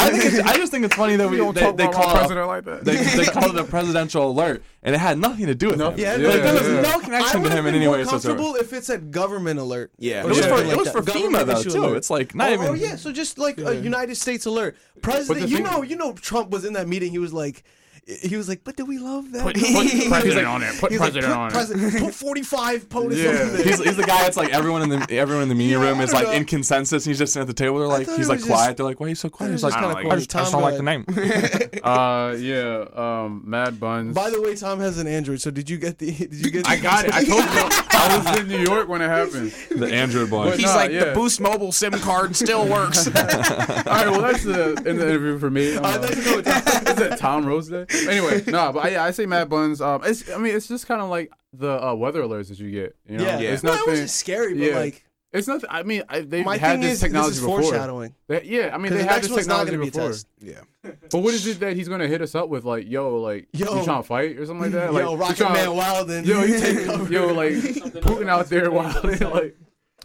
Speaker 4: I think it's, I just think it's funny that we, they, they call it a-
Speaker 3: president like that.
Speaker 4: they, they call it a presidential alert, and it had nothing to do with him.
Speaker 3: Nothing.
Speaker 1: yeah,
Speaker 3: Yeah,
Speaker 1: like,
Speaker 4: Like, there was
Speaker 3: yeah.
Speaker 4: no
Speaker 1: I
Speaker 4: connection to
Speaker 1: would have
Speaker 4: him in
Speaker 1: been
Speaker 4: any
Speaker 1: more
Speaker 4: way whatsoever.
Speaker 1: comfortable if it said government alert.
Speaker 2: Yeah.
Speaker 1: Or
Speaker 2: It was
Speaker 1: something
Speaker 2: for-
Speaker 1: like
Speaker 4: it
Speaker 1: that.
Speaker 4: was for
Speaker 1: Government
Speaker 4: FEMA though
Speaker 1: issue
Speaker 4: too.
Speaker 1: alert.
Speaker 4: It's like not
Speaker 1: oh,
Speaker 4: even.
Speaker 1: oh, yeah, so just like a United States alert. President,
Speaker 3: But the
Speaker 1: you
Speaker 3: thing-
Speaker 1: know, you know, Trump was in that meeting. He was like, he was like, but do we love that?
Speaker 3: Put,
Speaker 1: He's
Speaker 3: put
Speaker 1: like-
Speaker 3: president on it. Put
Speaker 1: he's like,
Speaker 3: president
Speaker 1: put
Speaker 3: on it.
Speaker 1: president- put 45 POTUS
Speaker 3: Yeah.
Speaker 1: over there.
Speaker 4: He's, he's the guy that's like everyone in the everyone in the media
Speaker 1: Yeah,
Speaker 4: room is
Speaker 1: I don't
Speaker 4: like in
Speaker 1: know.
Speaker 4: consensus. And he's just sitting at the table. They're like
Speaker 1: thought
Speaker 4: he's
Speaker 1: it
Speaker 4: like
Speaker 1: was
Speaker 4: quiet.
Speaker 1: just-
Speaker 4: They're like, why are you so quiet?
Speaker 1: it
Speaker 4: He's
Speaker 1: was
Speaker 4: like,
Speaker 1: just
Speaker 3: kinda
Speaker 4: I,
Speaker 3: cool.
Speaker 4: just, I just don't like the name.
Speaker 3: Uh, yeah. Um, Mad Buns.
Speaker 1: By the way, Tom has an Android, so did you get the? Did you get?
Speaker 3: I
Speaker 1: the-
Speaker 3: got it. I told you. I was in New York when it happened.
Speaker 4: the Android boy.
Speaker 3: But
Speaker 2: He's
Speaker 3: nah,
Speaker 2: like
Speaker 3: yeah.
Speaker 2: the Boost Mobile SIM card still works.
Speaker 3: All right. Well, that's the end of the interview for me. Um,
Speaker 1: let's go with Tom.
Speaker 3: is it Tom Rose Day? Anyway, no, but I, yeah, I say Mad Buns. Um, it's, I mean, it's just kind of like the uh, weather alerts that you get. You know?
Speaker 1: Yeah,
Speaker 3: It's
Speaker 1: No, it
Speaker 3: nothing.
Speaker 1: was just scary, but
Speaker 3: yeah.
Speaker 1: like
Speaker 3: It's nothing. I mean, I, they've
Speaker 1: my
Speaker 3: had
Speaker 1: thing
Speaker 3: this
Speaker 1: is,
Speaker 3: technology
Speaker 1: this is
Speaker 3: before.
Speaker 1: foreshadowing.
Speaker 3: They- yeah, I mean,
Speaker 1: 'Cause
Speaker 3: they
Speaker 1: the
Speaker 3: had
Speaker 1: next
Speaker 3: this
Speaker 1: one's not
Speaker 3: technology
Speaker 1: gonna be a
Speaker 3: before.
Speaker 1: test.
Speaker 2: yeah.
Speaker 3: But what is it that he's gonna hit us up with? Like, yo, like,
Speaker 1: Yo.
Speaker 3: you trying to fight or something like that?
Speaker 1: yo,
Speaker 3: like,
Speaker 1: Rocket
Speaker 3: you tryna-
Speaker 1: Man Wild and
Speaker 3: Yo, you
Speaker 1: take cover. Um,
Speaker 3: yo, like Putin out there wild. like,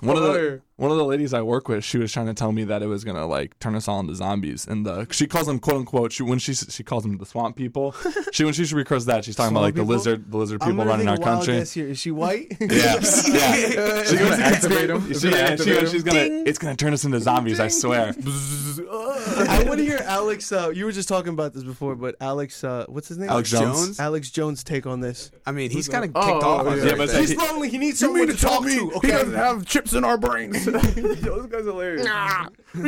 Speaker 4: One of the
Speaker 3: Liar.
Speaker 4: one of the ladies I work with, she was trying to tell me that it was gonna like turn us all into zombies, and the she calls them quote unquote. She when she she calls them the swamp people. She when she refers to that, she's talking about
Speaker 1: Swamp
Speaker 4: like the
Speaker 1: people?
Speaker 4: lizard the lizard
Speaker 1: I'm
Speaker 4: people
Speaker 1: gonna
Speaker 4: running our
Speaker 1: think Wild
Speaker 4: country.
Speaker 1: Guess here. Is she white?
Speaker 4: Yeah, yeah. She
Speaker 3: gonna
Speaker 4: was
Speaker 3: activate 'em?
Speaker 4: She,
Speaker 3: Is it gonna
Speaker 4: yeah, she-
Speaker 3: activate 'em?
Speaker 4: she's gonna. It's gonna turn us into zombies. I swear.
Speaker 1: I want to hear Alex. Uh, you were just talking about this before, but Alex, uh, what's his name?
Speaker 4: Alex Jones.
Speaker 1: Alex Jones' take on this.
Speaker 2: I mean, he's kind of
Speaker 3: Oh,
Speaker 2: kicked off.
Speaker 3: oh,
Speaker 2: on
Speaker 3: yeah.
Speaker 2: that
Speaker 3: Yeah,
Speaker 4: but
Speaker 2: thing.
Speaker 4: it's
Speaker 1: He's lonely. He needs someone to, talk to. Okay.
Speaker 3: have chips in our brains. yo, this guy's hilarious.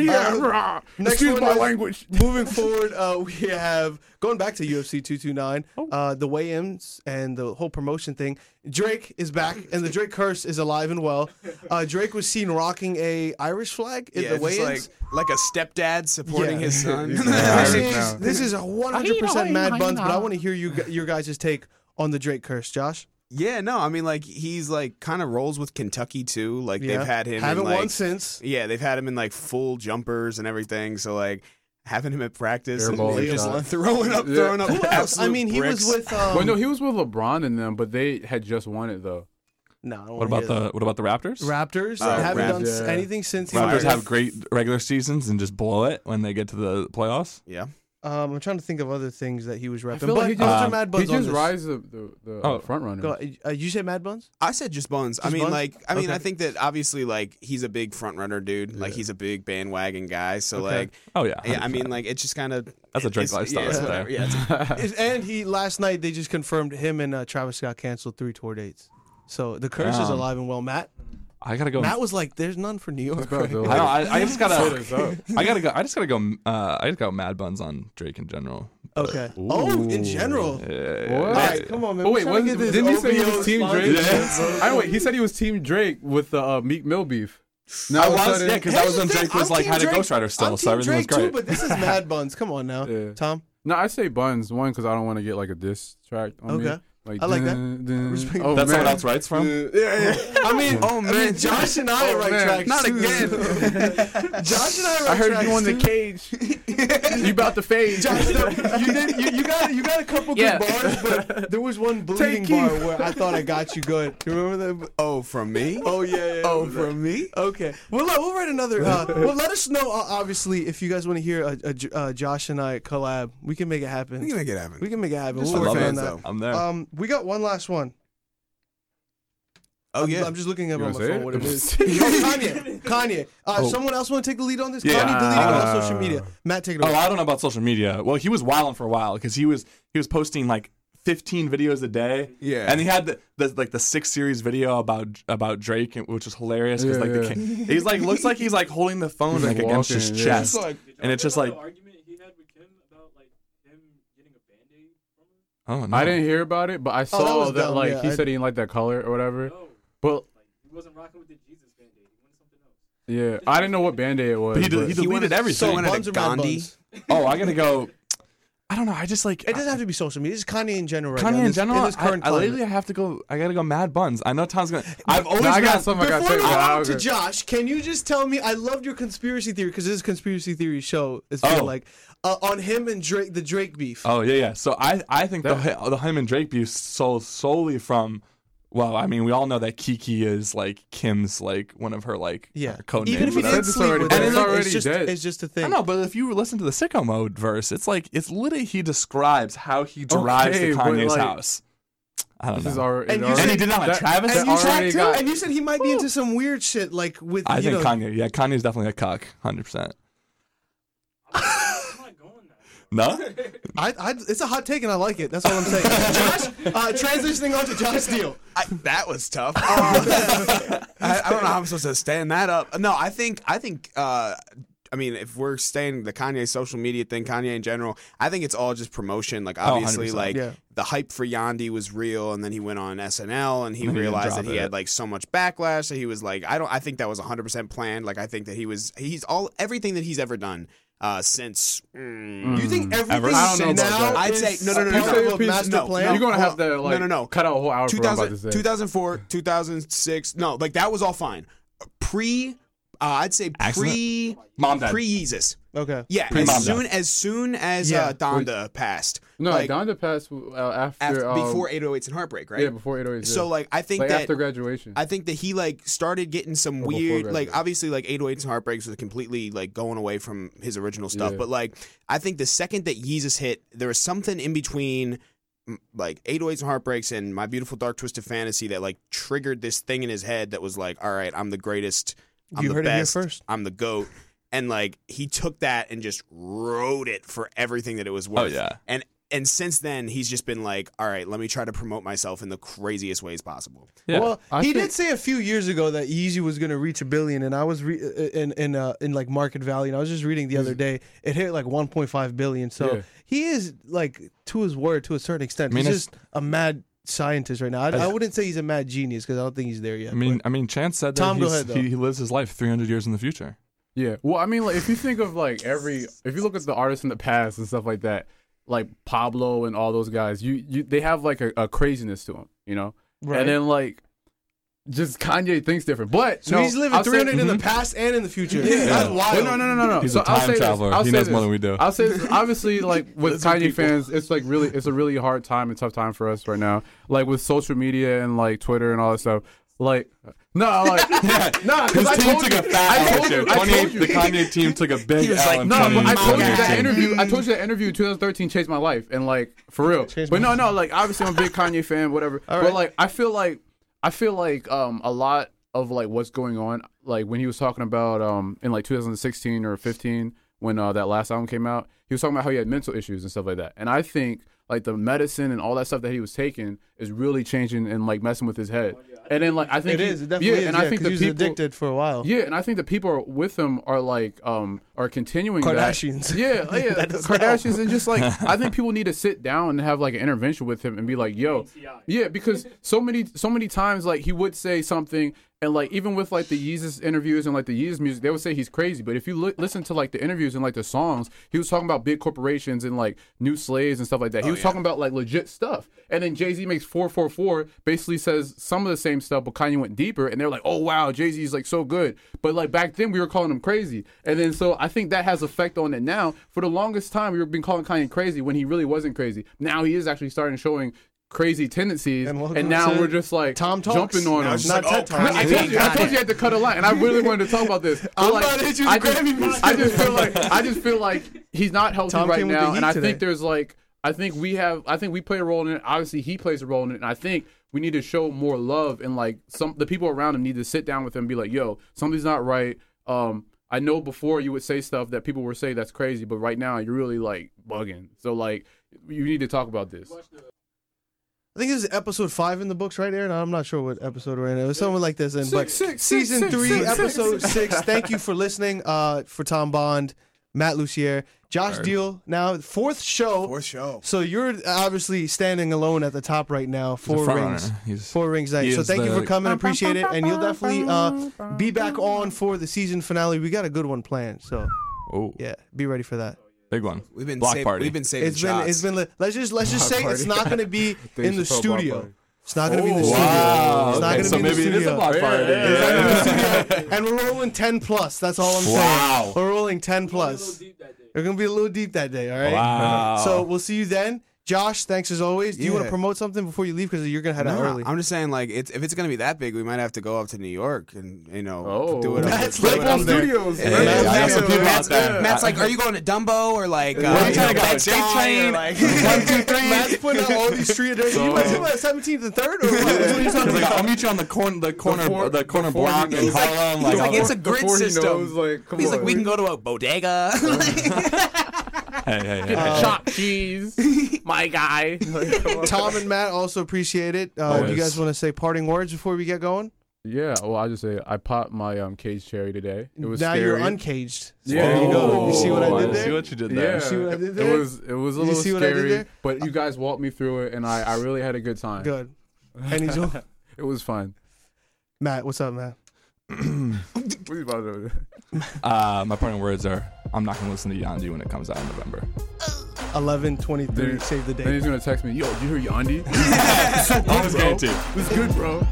Speaker 1: Next one is- Moving forward, uh, we have going back to UFC 229, uh, the weigh-ins and the whole promotion thing. Drake is back, and the Drake curse is alive and well. Uh, Drake was seen rocking a Irish flag at
Speaker 2: yeah,
Speaker 1: the
Speaker 2: it's just
Speaker 1: weigh-ins.
Speaker 2: like like a stepdad supporting
Speaker 1: Yeah.
Speaker 2: his son.
Speaker 1: this,
Speaker 3: Irish
Speaker 1: is,
Speaker 3: now.
Speaker 1: this is a 100% mad buns, but I want to hear you gu- your guys' take on the Drake curse, Josh.
Speaker 2: Yeah, no, I mean like he's like kind of rolls with Kentucky too. Like
Speaker 1: Yeah.
Speaker 2: they've had him
Speaker 1: Haven't
Speaker 2: in, like,
Speaker 1: won since.
Speaker 2: Yeah, they've had him in like full jumpers and everything. So like having him at practice and
Speaker 3: Airball
Speaker 2: like,
Speaker 3: shot.
Speaker 2: just throwing up,
Speaker 3: Yeah.
Speaker 2: throwing up.
Speaker 1: Who else? I
Speaker 2: absolute
Speaker 1: mean, he
Speaker 2: bricks.
Speaker 1: was with. Um,
Speaker 3: Well, no, he was with LeBron and them, but they had just won it though.
Speaker 1: no, I don't
Speaker 4: What
Speaker 1: wanna
Speaker 4: about
Speaker 1: hear
Speaker 4: the what about the Raptors?
Speaker 1: that. Raptors?
Speaker 2: Oh,
Speaker 1: They haven't done
Speaker 3: Raptors.
Speaker 1: s-
Speaker 3: Yeah.
Speaker 1: anything since. he
Speaker 4: Raptors
Speaker 1: was-
Speaker 4: have great regular seasons and just blow it when they get to the playoffs.
Speaker 2: Yeah,
Speaker 1: Um, I'm trying to think of other things that he was repping.
Speaker 3: feel
Speaker 1: But
Speaker 3: like
Speaker 1: he
Speaker 3: he
Speaker 1: just,
Speaker 3: just-
Speaker 1: uh, mad
Speaker 3: He
Speaker 1: buns on
Speaker 3: just
Speaker 1: this.
Speaker 3: rise the the, the
Speaker 4: Oh.
Speaker 3: front runner.
Speaker 1: Go, uh, you say mad buns?
Speaker 2: I said just buns. I
Speaker 1: Just
Speaker 2: mean,
Speaker 1: buns?
Speaker 2: like, I mean,
Speaker 1: Okay.
Speaker 2: I think that obviously, like, he's a big front runner dude. Like, he's a big bandwagon guy. So,
Speaker 1: Okay.
Speaker 2: like,
Speaker 4: Oh yeah.
Speaker 2: yeah, I
Speaker 4: 100%.
Speaker 2: mean, like, it's just kind of
Speaker 4: That's a Drake lifestyle
Speaker 2: Yeah,
Speaker 4: right
Speaker 2: it's
Speaker 4: there.
Speaker 2: whatever. Yeah, it's a-
Speaker 1: Is- and he last night they just confirmed him and uh, Travis Scott canceled three tour dates. So the curse is
Speaker 4: Damn.
Speaker 1: alive and well. Matt,
Speaker 4: I gotta go.
Speaker 1: Matt was like, "There's none for New York."
Speaker 3: Bro, dude,
Speaker 4: I, don't-
Speaker 3: like,
Speaker 4: I, I just gotta.
Speaker 3: this up.
Speaker 4: I gotta go. I just gotta go. Uh, I just got mad buns on Drake in general.
Speaker 1: Okay. Oh, in general.
Speaker 4: Yeah,
Speaker 3: What?
Speaker 1: All right, come on, man.
Speaker 3: Oh
Speaker 1: We're
Speaker 3: wait,
Speaker 1: trying to
Speaker 3: wasn't,
Speaker 1: get this
Speaker 3: didn't he say he
Speaker 1: OVO
Speaker 3: was Team
Speaker 1: sponsor.
Speaker 3: Drake? I don't wait. He said he was Team Drake with the uh, Meek Mill beef. Now
Speaker 4: I
Speaker 3: all of a
Speaker 4: was-
Speaker 3: sudden-
Speaker 4: yeah, 'cause
Speaker 1: Here's
Speaker 4: that was
Speaker 1: the
Speaker 4: when
Speaker 1: thing,
Speaker 4: Drake was
Speaker 1: I'm
Speaker 4: like
Speaker 1: Team
Speaker 4: had a
Speaker 1: Drake-
Speaker 4: Ghost Rider still,
Speaker 1: I'm
Speaker 4: so
Speaker 1: Team
Speaker 4: everything was
Speaker 1: Drake
Speaker 4: great.
Speaker 1: Too, but this is Mad Buns. Come on now,
Speaker 3: Yeah.
Speaker 1: Tom.
Speaker 3: No, I say buns one because I don't want to get like a diss track. On
Speaker 1: Okay.
Speaker 3: me. Like,
Speaker 1: I like that.
Speaker 3: dun, dun.
Speaker 1: Respect-
Speaker 3: Oh,
Speaker 4: That's
Speaker 3: man.
Speaker 4: someone else writes from.
Speaker 1: I mean, oh man, Josh and I
Speaker 3: Oh,
Speaker 1: write
Speaker 3: man.
Speaker 1: tracks.
Speaker 3: Not
Speaker 1: too. Josh and I write
Speaker 3: I heard
Speaker 1: tracks
Speaker 3: you on the
Speaker 1: too.
Speaker 3: cage. you about to fade.
Speaker 1: Josh, no, you did. You, you got you got a couple
Speaker 3: Yeah.
Speaker 1: good bars, but there was one bleeding
Speaker 3: Take
Speaker 1: bar
Speaker 3: you.
Speaker 1: where I thought I got you good. You remember that?
Speaker 2: oh, from me?
Speaker 1: Oh yeah. yeah
Speaker 2: Oh, from me?
Speaker 1: Okay. Well, let- we'll write another. Uh, well, let us know. Uh, obviously, if you guys want to hear a, a J- uh, Josh and I collab, we can make it happen.
Speaker 2: We can make it
Speaker 1: We
Speaker 2: happen.
Speaker 1: can make it happen.
Speaker 2: Just
Speaker 1: We'll
Speaker 2: for
Speaker 1: work
Speaker 2: fans,
Speaker 1: on that.
Speaker 2: though.
Speaker 4: I'm there.
Speaker 1: Um, we got one last one.
Speaker 2: Oh yeah.
Speaker 1: I'm just looking up
Speaker 3: You
Speaker 1: on my
Speaker 3: wanna say
Speaker 1: phone
Speaker 3: it?
Speaker 1: what it is. Yo, Kanye, Kanye. Uh, Someone else want to take the lead on this?
Speaker 4: Yeah.
Speaker 1: Kanye deleted all
Speaker 3: Uh,
Speaker 1: social media. Matt, take it
Speaker 4: Oh,
Speaker 1: away.
Speaker 4: I don't know about social media. Well, he was wilding for a while because he was he was posting like 15 videos a day.
Speaker 2: Yeah.
Speaker 4: and he had the, the like the six series video about about Drake, and- which was hilarious because
Speaker 3: Yeah,
Speaker 4: like the
Speaker 3: yeah.
Speaker 4: kid- he's like looks like he's like holding the phone
Speaker 3: He's,
Speaker 4: like,
Speaker 3: like,
Speaker 4: against
Speaker 3: walking,
Speaker 4: his
Speaker 3: yeah.
Speaker 4: chest,
Speaker 5: Did y'all
Speaker 4: and it's
Speaker 5: hear
Speaker 4: just
Speaker 5: about
Speaker 4: like
Speaker 5: the argument he had with Kim about like him getting a band-aid from her.
Speaker 4: oh no.
Speaker 3: I didn't hear about it, but I saw
Speaker 1: Oh, was
Speaker 3: that,
Speaker 1: dumb,
Speaker 3: like
Speaker 1: yeah,
Speaker 3: he
Speaker 1: I-
Speaker 3: said he didn't like that color or whatever.
Speaker 5: No,
Speaker 3: But
Speaker 5: like he wasn't rocking with the Jesus band-aid. He wanted something else.
Speaker 3: yeah, I didn't know what band aid it was.
Speaker 4: But he
Speaker 3: but-
Speaker 4: did, he deleted
Speaker 2: wanted-
Speaker 4: everything.
Speaker 2: so- wanted a
Speaker 1: buns or mad
Speaker 2: Gandhi.
Speaker 1: buns?
Speaker 4: oh, I gotta go. I don't know. I just like
Speaker 1: It doesn't have to be social media. It's Kanye in general. Right
Speaker 4: Kanye
Speaker 1: now,
Speaker 4: in
Speaker 1: this-
Speaker 4: general.
Speaker 1: In this current
Speaker 4: I, I
Speaker 1: climate.
Speaker 4: lately I have to go. I gotta go. Mad buns. I know Tom's gonna. I've always.
Speaker 3: No, I got
Speaker 4: been-
Speaker 3: something I
Speaker 1: Before
Speaker 3: gotta
Speaker 1: we
Speaker 3: say.
Speaker 1: move
Speaker 3: I
Speaker 1: on
Speaker 3: was
Speaker 1: to
Speaker 3: gonna-
Speaker 1: Josh, can you just tell me? I loved your conspiracy theory because this is a conspiracy theory show. It's feel
Speaker 4: Oh.
Speaker 1: like uh, on him and Drake, the Drake beef.
Speaker 4: Oh yeah, yeah. So I I think the the him and Drake beef sold solely from. Well, I mean, we all know that Kiki is like Kim's like one of her like
Speaker 1: yeah,
Speaker 4: her code
Speaker 1: even if
Speaker 4: names.
Speaker 1: he
Speaker 4: whatever.
Speaker 1: didn't
Speaker 3: That's
Speaker 1: sleep
Speaker 3: already
Speaker 1: with
Speaker 3: dead.
Speaker 1: her,
Speaker 3: That's already
Speaker 1: it's just
Speaker 3: dead.
Speaker 1: it's just a
Speaker 4: I
Speaker 1: thing.
Speaker 4: know, but if you listen to the sicko mode verse, it's like it's literally he describes how he drives
Speaker 3: Okay,
Speaker 4: to
Speaker 3: but,
Speaker 4: Kanye's
Speaker 3: like,
Speaker 4: house. I
Speaker 3: This
Speaker 4: don't know.
Speaker 3: is alre-
Speaker 1: And
Speaker 3: it
Speaker 1: you
Speaker 3: already.
Speaker 4: and he did not like
Speaker 3: that-
Speaker 4: Travis.
Speaker 1: and
Speaker 3: that
Speaker 1: you
Speaker 3: already
Speaker 1: said
Speaker 3: got-
Speaker 1: and you said he might be into some weird shit like with
Speaker 4: I
Speaker 1: you
Speaker 4: think
Speaker 1: know,
Speaker 4: Kanye. Yeah, Kanye's definitely a cuck, hundred percent.
Speaker 5: I'm not going that. far.
Speaker 4: No,
Speaker 1: I, I, it's a hot take and I like it. That's all I'm saying. Josh, uh, transitioning on to Josh Steele.
Speaker 2: I, that was tough.
Speaker 1: Oh,
Speaker 2: I, I don't know how I'm supposed to stand that up. No, I think I think uh, I mean if we're staying the Kanye social media thing, Kanye in general, I think it's all just promotion. Like obviously,
Speaker 4: 100%,
Speaker 2: like
Speaker 1: Oh, yeah.
Speaker 2: the hype for Yandi was real, and then he went on SNL and he
Speaker 4: And he
Speaker 2: realized
Speaker 4: dropped
Speaker 2: that he
Speaker 4: it.
Speaker 2: had like so much backlash that he was like, I don't. I think that was 100 percent planned. Like I think that he was he's all everything that he's ever done uh, since. mm,
Speaker 1: You think
Speaker 4: Ever?
Speaker 1: everything
Speaker 4: I don't know
Speaker 1: since
Speaker 4: about
Speaker 1: now
Speaker 4: that.
Speaker 2: I'd
Speaker 1: is
Speaker 2: say- no, no, no,
Speaker 1: a
Speaker 2: no,
Speaker 1: part
Speaker 2: no.
Speaker 1: of a master
Speaker 2: No,
Speaker 1: plan?
Speaker 2: no,
Speaker 3: You're gonna have
Speaker 2: Hold
Speaker 3: to
Speaker 2: on.
Speaker 3: like
Speaker 2: No, no, no.
Speaker 3: cut out a whole hour for what I'm about
Speaker 2: 2000,
Speaker 3: to say.
Speaker 2: 2004, 2006. No, like that was all fine. Pre, uh, I'd say
Speaker 4: Accident?
Speaker 2: pre,
Speaker 4: Mom died.
Speaker 2: pre Yeezus.
Speaker 1: Okay.
Speaker 2: Yeah,
Speaker 4: Pre- Mom
Speaker 2: as
Speaker 4: died.
Speaker 2: soon, as soon as
Speaker 1: Yeah.
Speaker 2: uh, Donda passed.
Speaker 3: No,
Speaker 2: like,
Speaker 3: Donda passed uh, after,
Speaker 2: after,
Speaker 3: um,
Speaker 2: before 808s and Heartbreak, right?
Speaker 3: Yeah, before 808.
Speaker 2: So like, I think
Speaker 3: like
Speaker 2: that
Speaker 3: after graduation.
Speaker 2: I think that he like started getting some
Speaker 3: Or before
Speaker 2: weird
Speaker 3: Red
Speaker 2: like
Speaker 3: Dead.
Speaker 2: obviously like 808s and Heartbreaks was completely like going away from his original stuff
Speaker 3: Yeah.
Speaker 2: but like I think the second that Yeezus hit there was something in between mm, like 808s and Heartbreaks and My Beautiful Dark Twisted Fantasy that like triggered this thing in his head that was like all right I'm the greatest I'm
Speaker 1: You
Speaker 2: the
Speaker 1: heard it here
Speaker 2: best
Speaker 1: first.
Speaker 2: I'm the goat and like he took that and just wrote it for everything that it was worth
Speaker 4: yeah.
Speaker 2: and and since then he's just been like all right let me try to promote myself in the craziest ways possible
Speaker 4: Yeah.
Speaker 1: Well,
Speaker 3: I
Speaker 1: he
Speaker 3: think-
Speaker 1: did say a few years ago that Yeezy was going to reach a billion, and I was re- in in uh, in like market value, and I was just reading the other day it hit like 1.5 billion. So
Speaker 3: Yeah.
Speaker 1: he is like to his word to a certain extent.
Speaker 4: I mean,
Speaker 1: he's
Speaker 4: it's-
Speaker 1: just a mad scientist right now. I, I wouldn't say he's a mad genius because I don't think he's there yet.
Speaker 4: I mean, I mean, Chance said that
Speaker 1: Tom, go
Speaker 4: he's-
Speaker 1: ahead, though.
Speaker 4: he, he lives his life 300 years in the future.
Speaker 3: Yeah. Well, I mean, like, if you think of like every, if you look at the artists in the past and stuff like that, like Pablo and all those guys, you, you they have like a, a craziness to them, you know.
Speaker 1: Right.
Speaker 3: And then like, just Kanye thinks different. But
Speaker 1: so
Speaker 3: no,
Speaker 1: he's living
Speaker 3: I'll
Speaker 1: 300
Speaker 3: say, mm-hmm.
Speaker 1: in the past and in the future.
Speaker 3: Yeah.
Speaker 1: That's wild.
Speaker 3: Well, no, no, no, no, no.
Speaker 4: He's
Speaker 3: so
Speaker 4: a
Speaker 3: I'll
Speaker 4: time
Speaker 3: say this.
Speaker 4: traveler.
Speaker 3: I'll
Speaker 4: He
Speaker 3: say
Speaker 4: knows more
Speaker 3: this.
Speaker 4: than we do.
Speaker 3: I'll say this. obviously, like with Kanye fans, it's like really, it's a really hard time and tough time for us right now. Like with social media and like Twitter and all that stuff. Like, no, like, no, because
Speaker 4: His
Speaker 3: I
Speaker 4: team
Speaker 3: told
Speaker 4: took
Speaker 3: you,
Speaker 4: a fat
Speaker 3: I
Speaker 4: L
Speaker 3: told
Speaker 4: too.
Speaker 3: you, I told
Speaker 4: 28
Speaker 3: you.
Speaker 4: The Kanye team took a big
Speaker 2: was
Speaker 4: L
Speaker 2: like,
Speaker 4: in
Speaker 3: No, but I told you that
Speaker 4: 2018.
Speaker 3: interview. I told you that interview in 2013 changed my life, and like for real. But no, no, like obviously I'm a big Kanye fan, whatever. But like I feel like I feel like um a lot of like what's going on, like when he was talking about um in like 2016 or 15 when uh, that last album came out, he was talking about how he had mental issues and stuff like that. And I think like the medicine and all that stuff that he was taking is really changing and like messing with his head. And then like I think
Speaker 1: It
Speaker 3: he-
Speaker 1: is. It definitely
Speaker 3: yeah,
Speaker 1: is.
Speaker 3: and I think
Speaker 1: 'cause
Speaker 3: the
Speaker 1: he was
Speaker 3: people
Speaker 1: addicted for a while.
Speaker 3: yeah, and I think the people are with him are like um are continuing that.
Speaker 1: Kardashians.
Speaker 3: Yeah, yeah,
Speaker 1: That doesn't
Speaker 3: Kardashians, and just like I think people need to sit down and have like an intervention with him and be like, yo, yeah, because so many so many times like he would say something and like even with like the Yeezus interviews and like the Yeezus music, they would say he's crazy. But if you li- listen to like the interviews and like the songs, he was talking about big corporations and like new slaves and stuff like that. He was talking about like legit stuff. And then Jay Z makes four four four, basically says some of the same stuff, but Kanye went deeper. And they're like, oh wow, Jay Z's like so good. But like back then we were calling him crazy. And then so I think that has effect on it now. For the longest time we were been calling Kanye crazy when he really wasn't crazy. Now he is actually starting showing crazy tendencies.
Speaker 1: And
Speaker 3: And,
Speaker 1: welcome
Speaker 3: now
Speaker 1: to
Speaker 3: we're just like
Speaker 1: Tom talks.
Speaker 3: jumping on
Speaker 1: Now
Speaker 3: him.
Speaker 1: it's just Not
Speaker 2: like,
Speaker 1: TED
Speaker 2: oh,
Speaker 1: Talks.
Speaker 3: I told, you, I told you I had to cut a line, and I really wanted to talk about this. But,
Speaker 1: I'm
Speaker 3: like,
Speaker 1: about to hit you with
Speaker 3: I just,
Speaker 1: Grammy music.
Speaker 3: I just feel like I just feel like he's not healthy
Speaker 1: Tom
Speaker 3: right
Speaker 1: came with the
Speaker 3: now,
Speaker 1: heat
Speaker 3: and I
Speaker 1: today.
Speaker 3: think there's like I think we have. I think we play a role in it. Obviously, he plays a role in it, and I think we need to show more love and like some the people around him need to sit down with him and be like, "Yo, something's not right." Um, I know before you would say stuff that people were saying that's crazy, but right now you're really like bugging. So like, you need to talk about this.
Speaker 1: I think this is episode five in the books, right, Aaron? I'm not sure what episode we're in. It was something like this. And but season three, episode six. Thank you for listening. Uh, for Tom Bond, Matt Lucier, Josh Deal. Now fourth show.
Speaker 2: Fourth show.
Speaker 1: So you're obviously standing alone at the top right now. Four
Speaker 4: front
Speaker 1: rings.
Speaker 4: runner. He's-
Speaker 1: Four rings.
Speaker 4: he
Speaker 1: Nice. So
Speaker 4: is
Speaker 1: thank you
Speaker 4: the-
Speaker 1: for coming. Appreciate it. And you'll definitely uh, be back on for the season finale. We got a good one planned. So
Speaker 4: Oh,
Speaker 1: yeah, be ready for that.
Speaker 4: big one.
Speaker 2: We've been
Speaker 4: block
Speaker 2: saving,
Speaker 4: party.
Speaker 2: We've been saving
Speaker 1: It's
Speaker 2: shots.
Speaker 1: been it's been li- let's just let's just say it's not gonna be
Speaker 3: Dave
Speaker 1: in the
Speaker 3: Chappelle block
Speaker 1: studio.
Speaker 3: party.
Speaker 1: It's not gonna be in the
Speaker 2: Oh,
Speaker 1: studio.
Speaker 4: wow.
Speaker 1: It's not
Speaker 4: okay,
Speaker 1: gonna
Speaker 4: so
Speaker 1: be in
Speaker 4: maybe
Speaker 1: the
Speaker 4: it is
Speaker 1: studio.
Speaker 4: a block party.
Speaker 1: and we're rolling 10 plus. That's all I'm
Speaker 4: Wow.
Speaker 1: saying. We're rolling 10 plus. We're going to be a little deep that day, all right?
Speaker 4: Wow.
Speaker 1: So we'll see you then. Josh, thanks as always. Do you want to
Speaker 2: Yeah.
Speaker 1: promote something before you leave? Because you're going to head out
Speaker 2: Nah,
Speaker 1: early.
Speaker 2: I'm just saying, like, it's, if it's gonna be that big, we might have to go up to New York and you know
Speaker 3: Oh.
Speaker 2: do it. up-
Speaker 1: That's
Speaker 2: do it
Speaker 1: like
Speaker 2: up
Speaker 1: on
Speaker 2: there.
Speaker 3: Studios.
Speaker 2: Yeah,
Speaker 1: man.
Speaker 2: yeah, yeah.
Speaker 1: Matt's
Speaker 2: I know some
Speaker 1: like-
Speaker 2: people out
Speaker 4: Matt's-
Speaker 2: there. Matt's
Speaker 4: I-
Speaker 2: like, "Are you going to Dumbo or like?" Uh,
Speaker 4: I'm trying to go
Speaker 2: Bed
Speaker 4: J
Speaker 2: Stuy or,
Speaker 4: Train.
Speaker 2: like-
Speaker 1: One, two, three. Matt's putting out all these street addresses. you guys
Speaker 3: So-
Speaker 1: about 17th and 3rd? Or what? Which one are you talking
Speaker 4: He's like,
Speaker 1: about?
Speaker 4: I'll meet you on the corner, the corner,
Speaker 3: Before-
Speaker 4: the corner
Speaker 3: before
Speaker 4: block
Speaker 3: you-
Speaker 4: in
Speaker 3: he's like-
Speaker 4: Harlem. Like,
Speaker 2: He's like,
Speaker 4: I'll-
Speaker 2: it's a grid
Speaker 3: Before he
Speaker 2: system.
Speaker 3: knows, like, come
Speaker 2: He's like,
Speaker 3: on.
Speaker 2: we can go to a bodega.
Speaker 4: hey, hey, hey.
Speaker 3: Chop cheese, my guy.
Speaker 1: Tom and Matt also appreciate it. Uh, do you
Speaker 4: Always.
Speaker 1: guys want to say parting words before we get going?
Speaker 3: yeah. Well, I just say I popped my um cage cherry today. It was
Speaker 1: now
Speaker 3: scary.
Speaker 1: you're uncaged.
Speaker 3: Yeah.
Speaker 1: There you go. You see what I
Speaker 4: Oh,
Speaker 1: did
Speaker 4: see
Speaker 1: there?
Speaker 4: what you did
Speaker 3: Yeah,
Speaker 4: there.
Speaker 1: see what I did there?
Speaker 3: it was it was a
Speaker 1: you
Speaker 3: little
Speaker 1: see what I did
Speaker 3: scary,
Speaker 1: there?
Speaker 3: but you guys walked me through it, and I, I really had a good time.
Speaker 1: Good. And he's on.
Speaker 3: It was fun.
Speaker 1: Matt, what's up, Matt?
Speaker 3: What are you about to do?
Speaker 4: Uh, my parting words are, I'm not gonna listen to Yandy when it comes out in November.
Speaker 1: 11 23, save the
Speaker 3: Then
Speaker 1: date.
Speaker 3: he's gonna text me, yo, did you hear Yandi?
Speaker 4: I was going to.
Speaker 3: It's good, bro.